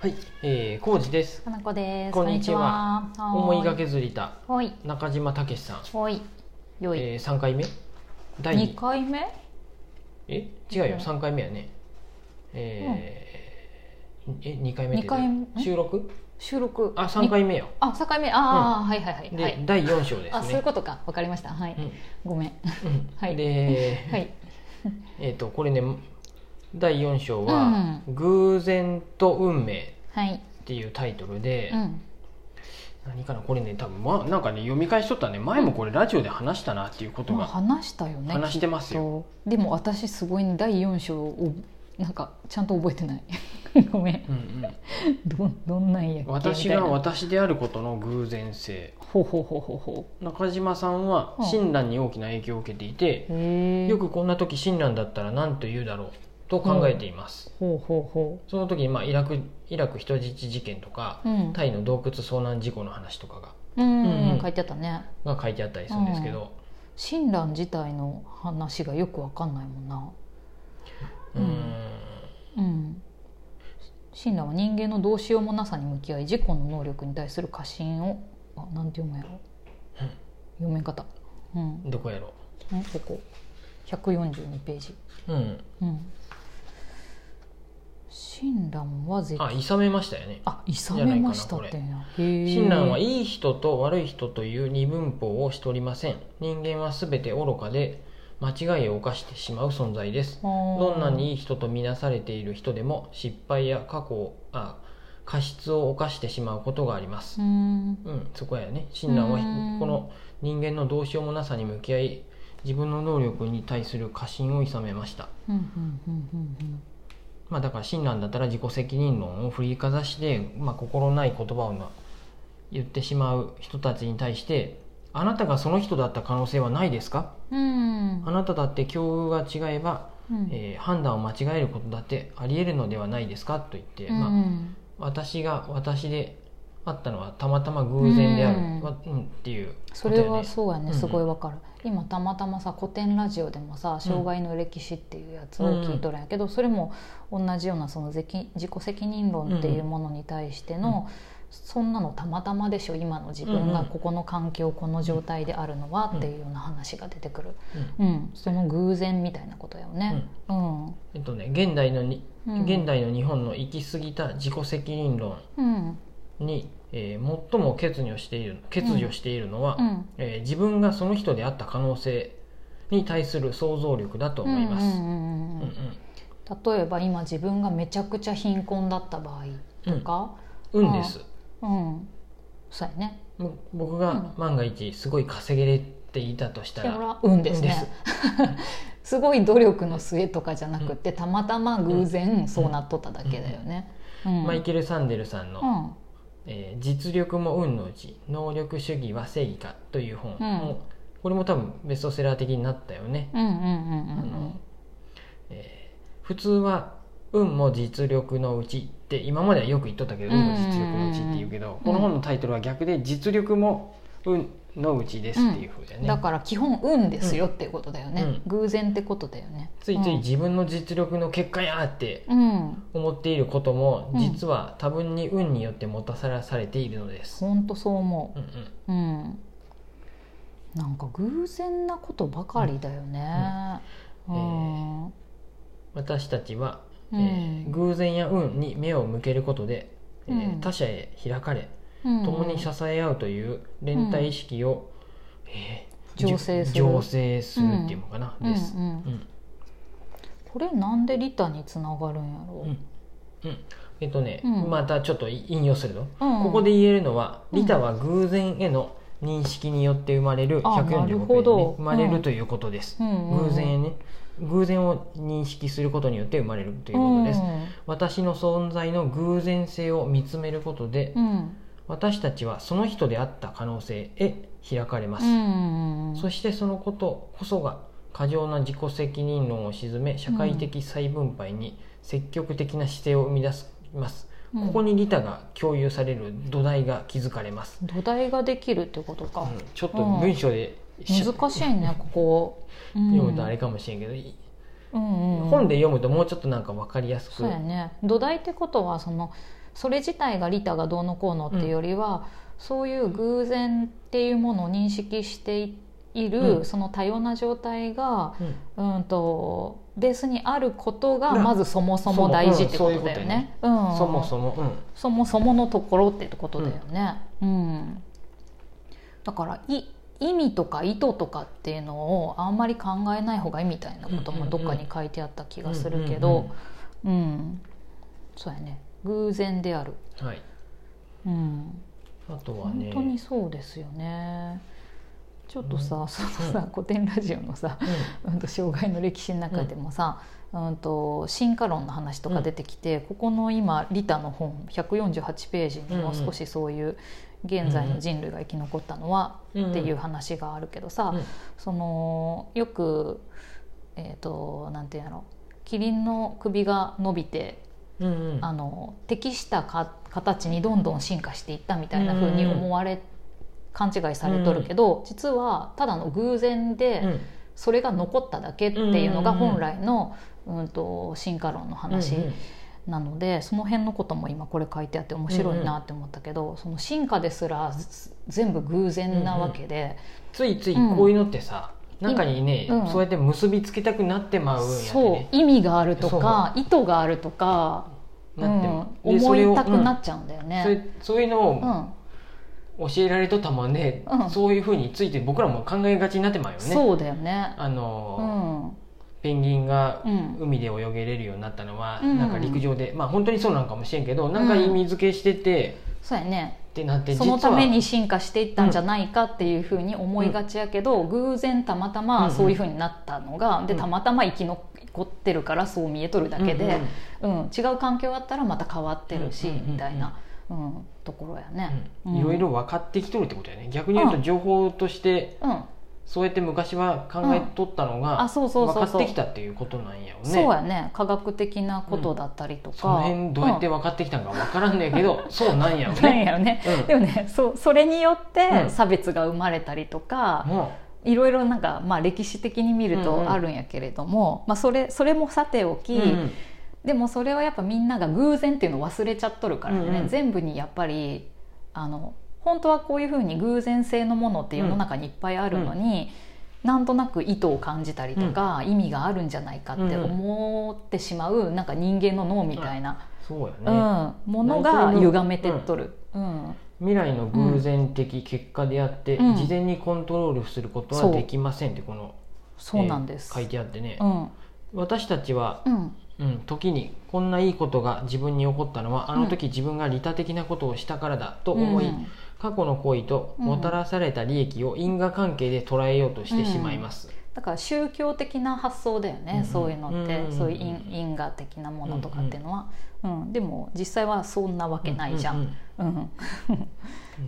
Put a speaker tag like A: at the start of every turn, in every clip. A: はい、えー、康二です。
B: かなこです。
A: こんにちは
B: こんにちは。はーい
A: 思いがけずりた
B: おい、
A: 中島武さん、
B: おい、よい。
A: えー、三回目？第
B: 二
A: 二
B: 回目？
A: え違うよ三回目やね。えーえ二回目って
B: 二回目
A: 収録？
B: 収録。
A: あ三回目よ。
B: に。あ、三回目。ああ、はいはいはい。
A: で、
B: はい。
A: 第四章ですね。
B: あ、そういうことか。わかりました。はい。
A: うん
B: ごめん。
A: うん
B: はい
A: で、
B: はい。
A: えっ、とこれね第四章は、偶然と運命
B: はい。
A: っていうタイトルで、
B: うん。
A: 何かなこれね多分まなんかね読み返しとったね前もこれラジオで話したなっていうこと
B: ま
A: が
B: あ話したよね。
A: 話してますよ
B: きっと。でも私すごいね第四章をなんかちゃんと覚えてない。 ごめん。
A: うんうん
B: どどんなんやっけ
A: 私
B: みたい
A: が
B: な
A: 私であることの偶然性
B: ほうほうほうほうほ
A: 中島さんは
B: うん
A: 親鸞に大きな影響を受けていて
B: う。、へえ。
A: よくこんな時親鸞だったら何と言うだろうと考えています、
B: ほうほうほ
A: その時に、まあ、イラクイラク人質事件とか
B: う。うん。
A: タイの洞窟遭難事故の話とか
B: うん、
A: うん
B: 書いてあったね。
A: がが書いてあったりするんですけど、
B: 親鸞自体の話がよくわかんないもんな、
A: う
B: うんんうん、親鸞は人間のどうしようもなさに向き合い自己の能力に対する過信をあなんて読むんやろ読め方、うん、
A: どこやろ
B: んここ142ページ、
A: う、うん、
B: うん、親鸞は絶
A: あいさめましたよね
B: あいさめましたってんや親
A: 親鸞はいいい人と悪い人という二分法をしておりません人間は全て愚かで間違いを犯してしまう存在ですど
B: ど
A: んなにいい人と見なされている人でも失敗や過去をあ過失を犯してしまうことがあります
B: う、ん
A: うん、そこやね親鸞は
B: うん
A: この人間のどうしようもなさに向き合い自分の能力に対する過信をいさめました、
B: うんうんうんうんうん
A: まあ、だから親鸞だったら自己責任論を振りかざして、まあ、心ない言葉をな言ってしまう人たちに対してあなたがその人だった可能性はないですか
B: うん
A: あなただって境遇が違えば
B: うん
A: えー判断を間違えることだってありえるのではないですかと言って、
B: う
A: まあ、
B: ん
A: 私が私であったのはたまたま偶然である、
B: うん
A: わうんっていう
B: それ
A: ことや
B: は
A: ね
B: そうや
A: うんう
B: ね
A: ん
B: すごいわかる、今たまたまさ古典ラジオでもさ「障害の歴史」っていうやつを聞いとるんやけど、それも同じようなそのぜき自己責任論っていうものに対しての、そんなのたまたまでしょ今の自分
A: う
B: が
A: んうん
B: ここの環境この状態であるのはっていうような話が出てくる、
A: うん
B: うんその偶然みたいなことやよね。うん、うん
A: えっとね現代のに、
B: うん
A: 現代の日本の行き過ぎた自己責任論
B: うん
A: に、えー最も欠如している欠如しているのは、
B: うん
A: えー自分がその人であった可能性に対する想像力だと思います。
B: う
A: うん
B: んうんうん
A: う
B: うんん例えば今自分がめちゃくちゃ貧困だった場合とか、
A: うん、運です
B: うん、そうやね
A: も僕が万が一すごい稼げれていたとした
B: いや
A: ら、
B: これは運ですね
A: 運です
B: すごい努力の末とかじゃなくてたまたま偶然そうなっとっただけだよね、うん
A: マイケル・サンデルさんの、えー実力も運のうち能力主義は正義か」という本も、
B: うん
A: これも多分ベストセラー的になったよね。
B: うんうんうんうんうん
A: あのえー普通は運も実力のうちって今まではよく言っとったけど
B: うん
A: 運も実力のうちって言うけど、
B: ん
A: この本のタイトルは逆で実力も運のうちですっていうふうだよね、
B: だから基本運ですよっていうことだよね、
A: うん
B: 偶然ってことだよね
A: ついつい自分の実力の結果やーって
B: うん、うん
A: 思っていることも
B: うん
A: 実は多分に運によってもたらされているのです、
B: ほんとそう思
A: うんうん
B: ううんなんか偶然なことばかりだよね、
A: う
B: うんん
A: えー私たちは、
B: うん
A: えー偶然や運に目を向けることで、えー
B: うん
A: 他者へ開かれ
B: うん
A: 共に支え合うという連帯意識を、えー
B: 醸成する
A: 醸成するっていうのかな、
B: うん
A: です、
B: うん
A: うん
B: これなんでリタにつながるんやろう、
A: うんうんえっとね、
B: うん
A: またちょっと引用すると、
B: うん
A: ここで言えるのは、
B: うん
A: リタは偶然への認識によって生まれる
B: あ
A: 146ペ
B: な
A: ージ
B: る
A: ね
B: ほど
A: 生まれ
B: う
A: る
B: ん
A: ということです、
B: うんうんうん
A: 偶然へね偶然を認識することによって生まれるということです、私の存在の偶然性を見つめることで、
B: うん
A: 私たちはその人であった可能性へ開かれます、
B: うんうん
A: そしてそのことこそが過剰な自己責任論を鎮め社会的再分配に積極的な姿勢を生み出します、
B: うん
A: ここに利他が共有される土台が築かれます、
B: 土台ができるってこと
A: う
B: か、
A: んちょっと文章でし
B: 難しいねここ、うん
A: 読むとあれかもしれんけど、い
B: うんうんうん
A: 本で読むともうちょっとなんか分かりやすく
B: そうやね土台ってことはそのそれ自体が利他がどうのこうのっていうよりは、そういう偶然っていうものを認識している、
A: うん
B: その多様な状態が、
A: うん
B: うん、とベースにあることが
A: うん
B: まずそもそも大事ってことだよね。そ
A: そもそも、うん、
B: そもそものところってことだよね。うんだからい意味とか意図とかっていうのをあんまり考えない方がいいみたいなこともどっかに書いてあった気がするけど、うんそうやね偶然である、
A: うん、はい
B: うん、
A: あとは
B: 本
A: ね
B: 当にそうですよね。ちょっとさ、そのさ、古典ラジオのさ、うんと障害の歴史の中でもさ、うんと進化論の話とか出てきて、ここの今リタの本148ページにも
A: うんうん
B: 少しそういう現在の人類が生き残ったのは
A: うん
B: っていう話があるけどさ、
A: うん
B: そのよくえっ、となんていうんやろキリンの首が伸びて
A: うんうんうん
B: あの適したか形にどんどん進化していったみたいな風に思われ、勘違いされとるけど、実はただの偶然で。
A: うん
B: それが残っただけっていうのが
A: うんうんうん
B: 本来の、うん、と進化論の話
A: うんうん
B: なので、その辺のことも今これ書いてあって面白いなって思ったけど、その進化ですらず全部偶然なわけで、
A: ついついこういうのってさ、中にね、
B: うん
A: そうやって結びつけたくなってまうんやって
B: そ
A: ね
B: う意味があるとか意図があるとか、う
A: なってま
B: ん
A: う、でそ
B: 思
A: れを
B: いたくな
A: うん
B: っちゃうんだよ
A: そうい
B: ね。
A: うそういうのを
B: うん
A: 教えられとったまんで、
B: うん
A: そういうふうについて僕らも考えがちになってまうよね。
B: そうだよね。
A: あ
B: う
A: の
B: ん、うん
A: ペンギンが
B: うん
A: 海で泳げれるようになったのは、
B: うん
A: なんか陸上でまあ本当にそうなんかもしれんけど、なんか意味付けしてて、
B: そうやね。
A: ってなって
B: そのため
A: 実
B: に進化していったんじゃないかっていうふうに思いがちやけど、偶然たまたまそういうふうになったのが、で
A: うん
B: たまたま生き残ってるからそう見えとるだ
A: は
B: けで
A: うんうん、
B: うん違う環境あったらまた変わってるし、
A: うんうんうんうん
B: みたいな、うん、ところやね。
A: うんいろいろ分かってきとるってことやね逆に言う
B: う
A: と
B: ん
A: 情報として
B: うん、
A: そうやって昔は考えとったの
B: あ
A: が
B: そうそう
A: 分
B: そ
A: か
B: う
A: っ
B: そう
A: てきたっていうことなんやよね
B: そうやね科学的なことだったりとか、
A: その辺どうやって分かってきたんか分からんねんけど、そうなんや
B: う
A: よ
B: んなん
A: ね
B: やろね、
A: うん
B: でもねそうそれによっ
A: う
B: て
A: ん
B: 差別が生まれたりとか、
A: も
B: いろいろなんか、まあ、歴史的に見
A: う
B: る
A: んうん
B: とあるんやけれども、まあ、それそれもさてお
A: う、
B: き、
A: うんうん
B: でもそれはやっぱみんなが偶然っていうのを忘れちゃっとるからね、
A: うんうん
B: 全部にやっぱりあの本当はこういうふうに偶然性のものって世の中にいっぱいあるのに、なんとなく意図を感じたりとか、意味があるんじゃないかって思ってしまうなんか人間の脳みたいな、
A: そう
B: う
A: やね、
B: んものが歪めてっとる。うん
A: 未来の偶然的結果であって、
B: うん
A: 事前にコントロールすることは
B: そう
A: できませんってこの、
B: そうなんです、
A: えー書いてあってね、
B: うん
A: 私たちは、
B: うん
A: うん、時にこんないいことが自分に起こったのはあの時自分が利他的なことをしたからだと思い、
B: うん
A: 過去の行為ともたらされた利益を因果関係で捉えようとしてしまいます、
B: だから宗教的な発想だよね、
A: うんうん
B: そういうのって、
A: うんうんうん
B: そういう因因果的なものとかっていうのは、うんでも実際はそんなわけないじゃん、
A: う
B: うん
A: ん
B: っ
A: うん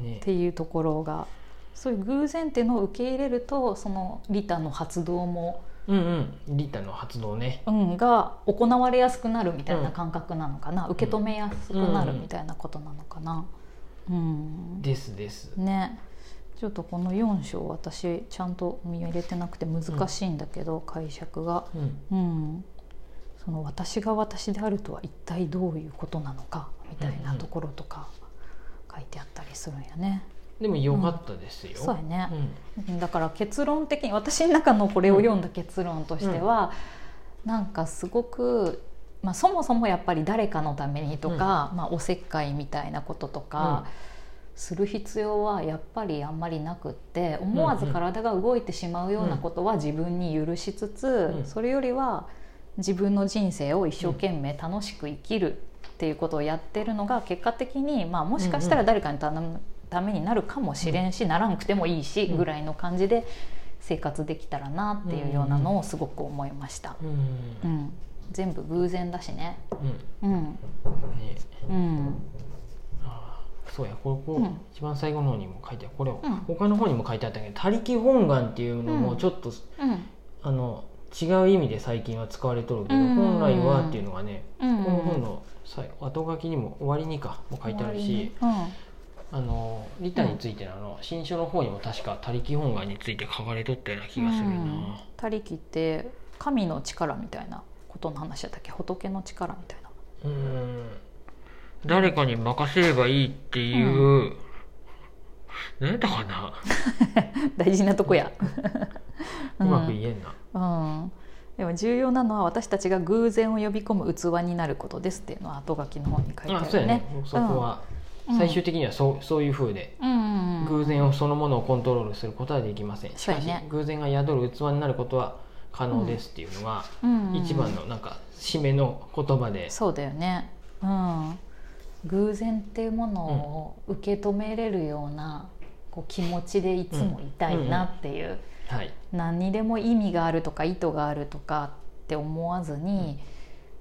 A: ね
B: ていうところがそういう偶然っていうのを受け入れるとその利他の発動も、
A: うんうんリタの発動ね
B: うん、が行われやすくなるみたいな感覚なのかな、受け止めやすくなるみたいなことなのかな。うん
A: ですです
B: ねちょっとこの4章私ちゃんと見入れてなくて難しいんだけど、解釈が。
A: うん
B: うん、その私が私であるとは一体どういうことなのかみたい
A: うん
B: な
A: うん
B: ところとか書いてあったりするんやね。
A: でも良かったですよ、
B: そうやね、
A: うん
B: だから結論的に私の中のこれを読んだ結論としては、なんかすごく、まあ、そもそもやっぱり誰かのためにとか、まあ、おせっかいみたいなこととか。する必要はやっぱりあんまりなくって思わず体が動いてしまうようなことは自分に許しつつ、
A: うん
B: それよりは自分の人生を一生懸命楽しく生きるっていうことをやってるのが結果的に、まあ、もしかしたら誰かに頼むためになるかもしれんし、ならんくてもいいし
A: うん
B: ぐらいの感じで生活できたらなっていうようなのをすごく思いました。
A: うん
B: うん、全部偶然だしね、
A: う
B: うん
A: んね
B: うん
A: ああそうやここ、
B: うん
A: 一番最後の方にも書いてあるこれを、
B: うん
A: 他の方にも書いてあったけど「他力本願」っていうのも
B: うん
A: ちょっと、
B: うん
A: あの違う意味で最近は使われとるけど、
B: うん
A: 本来はっていうのがね、
B: うん
A: この本の最後書きにも「終わりにか」も書いてあるし、
B: うん
A: あのリタについてのあの新書の方にも確か「他力本願」について書かれとったような気がするな、
B: うん他力って神の力みたいなことの話だったっけ仏の力みたいな
A: うーん誰かに任せればいいっていう、なんだかな、
B: 大事なとこや、
A: うま く言えんな
B: うん、でも重要なのは私たちが偶然を呼び込む器になることですっていうのは後書きの方に書いてあ
A: あ
B: る
A: そうやね
B: ね。
A: そこは、
B: うん
A: 最終的にはそうそういうふうで、
B: うんうんうん
A: 偶然をそのものをコントロールすることはできませんし
B: そう
A: か
B: や
A: し、
B: ね
A: 偶然が宿る器になることは可能ですっていうのが、
B: うんうん
A: 一番のなんか締めの言葉で、
B: そうだよね、うん、偶然っていうものを受け止めれるようなこう気持ちでいつもいたいなっていう、
A: はい、
B: 何にでも意味があるとか意図があるとかって思わずに、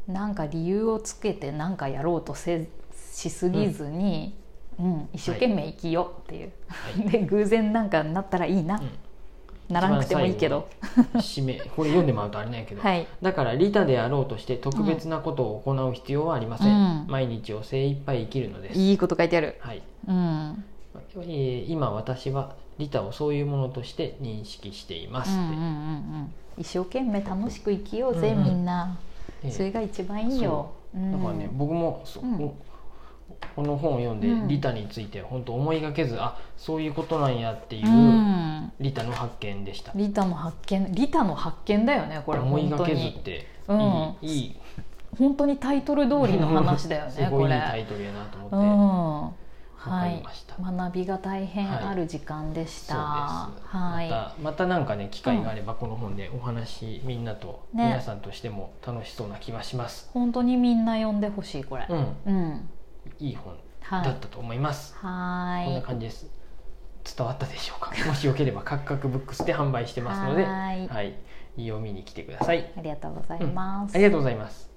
B: なんか理由をつけて何かやろうとせしすぎずに、うん一生懸命生きようっていう、
A: は
B: で偶然なんかなったらいいな、ならなくてもいいけど、
A: 締めこれ読んでもらうとあれないけど、
B: はい、
A: だから利他であろうとして特別なことを行う必要はありません、
B: うん
A: 毎日を精一杯生きるのです、
B: いいこと書いてある。
A: はい
B: うん
A: えー今私は利他をそういうものとして認識しています
B: う
A: っ
B: ん
A: て、
B: うんうんうん一生懸命楽しく生きようぜ、
A: うんうん
B: みんな、
A: えー
B: それが一番いいよ、うん
A: だからね、僕もそ、
B: うん
A: ここの本を読んで、
B: うん
A: リタについて本当思いがけずあそういうことなんやっていう、
B: うん
A: リタの発見でした
B: リタの発見リタの発見だよねこれ
A: 思い
B: 本
A: が
B: 当
A: けずっ
B: に
A: て、
B: うん
A: いいいい
B: 本当にタイトル通りの話だ よ
A: す
B: ね
A: ご
B: こ
A: いいい
B: れ
A: タイトルやなと思って、
B: うんは
A: かり
B: い
A: ました
B: 学びが大変ある時間でし
A: そ
B: た、
A: うです、
B: はい、
A: またまたなんかね機会があればこの本でお話みんなと、
B: ね
A: 皆さんとしても楽しそうな気はします、
B: 本当にみんな読んでほしいこれ
A: うん
B: うん
A: いい本
B: は
A: だっ
B: い
A: たと思います、こんな
B: は
A: 感じです伝わったでし ょうかもしよければカクカクブックスで販売してますので
B: はい
A: はい、読みに来てください
B: いありがとうございます、
A: ありがとうございます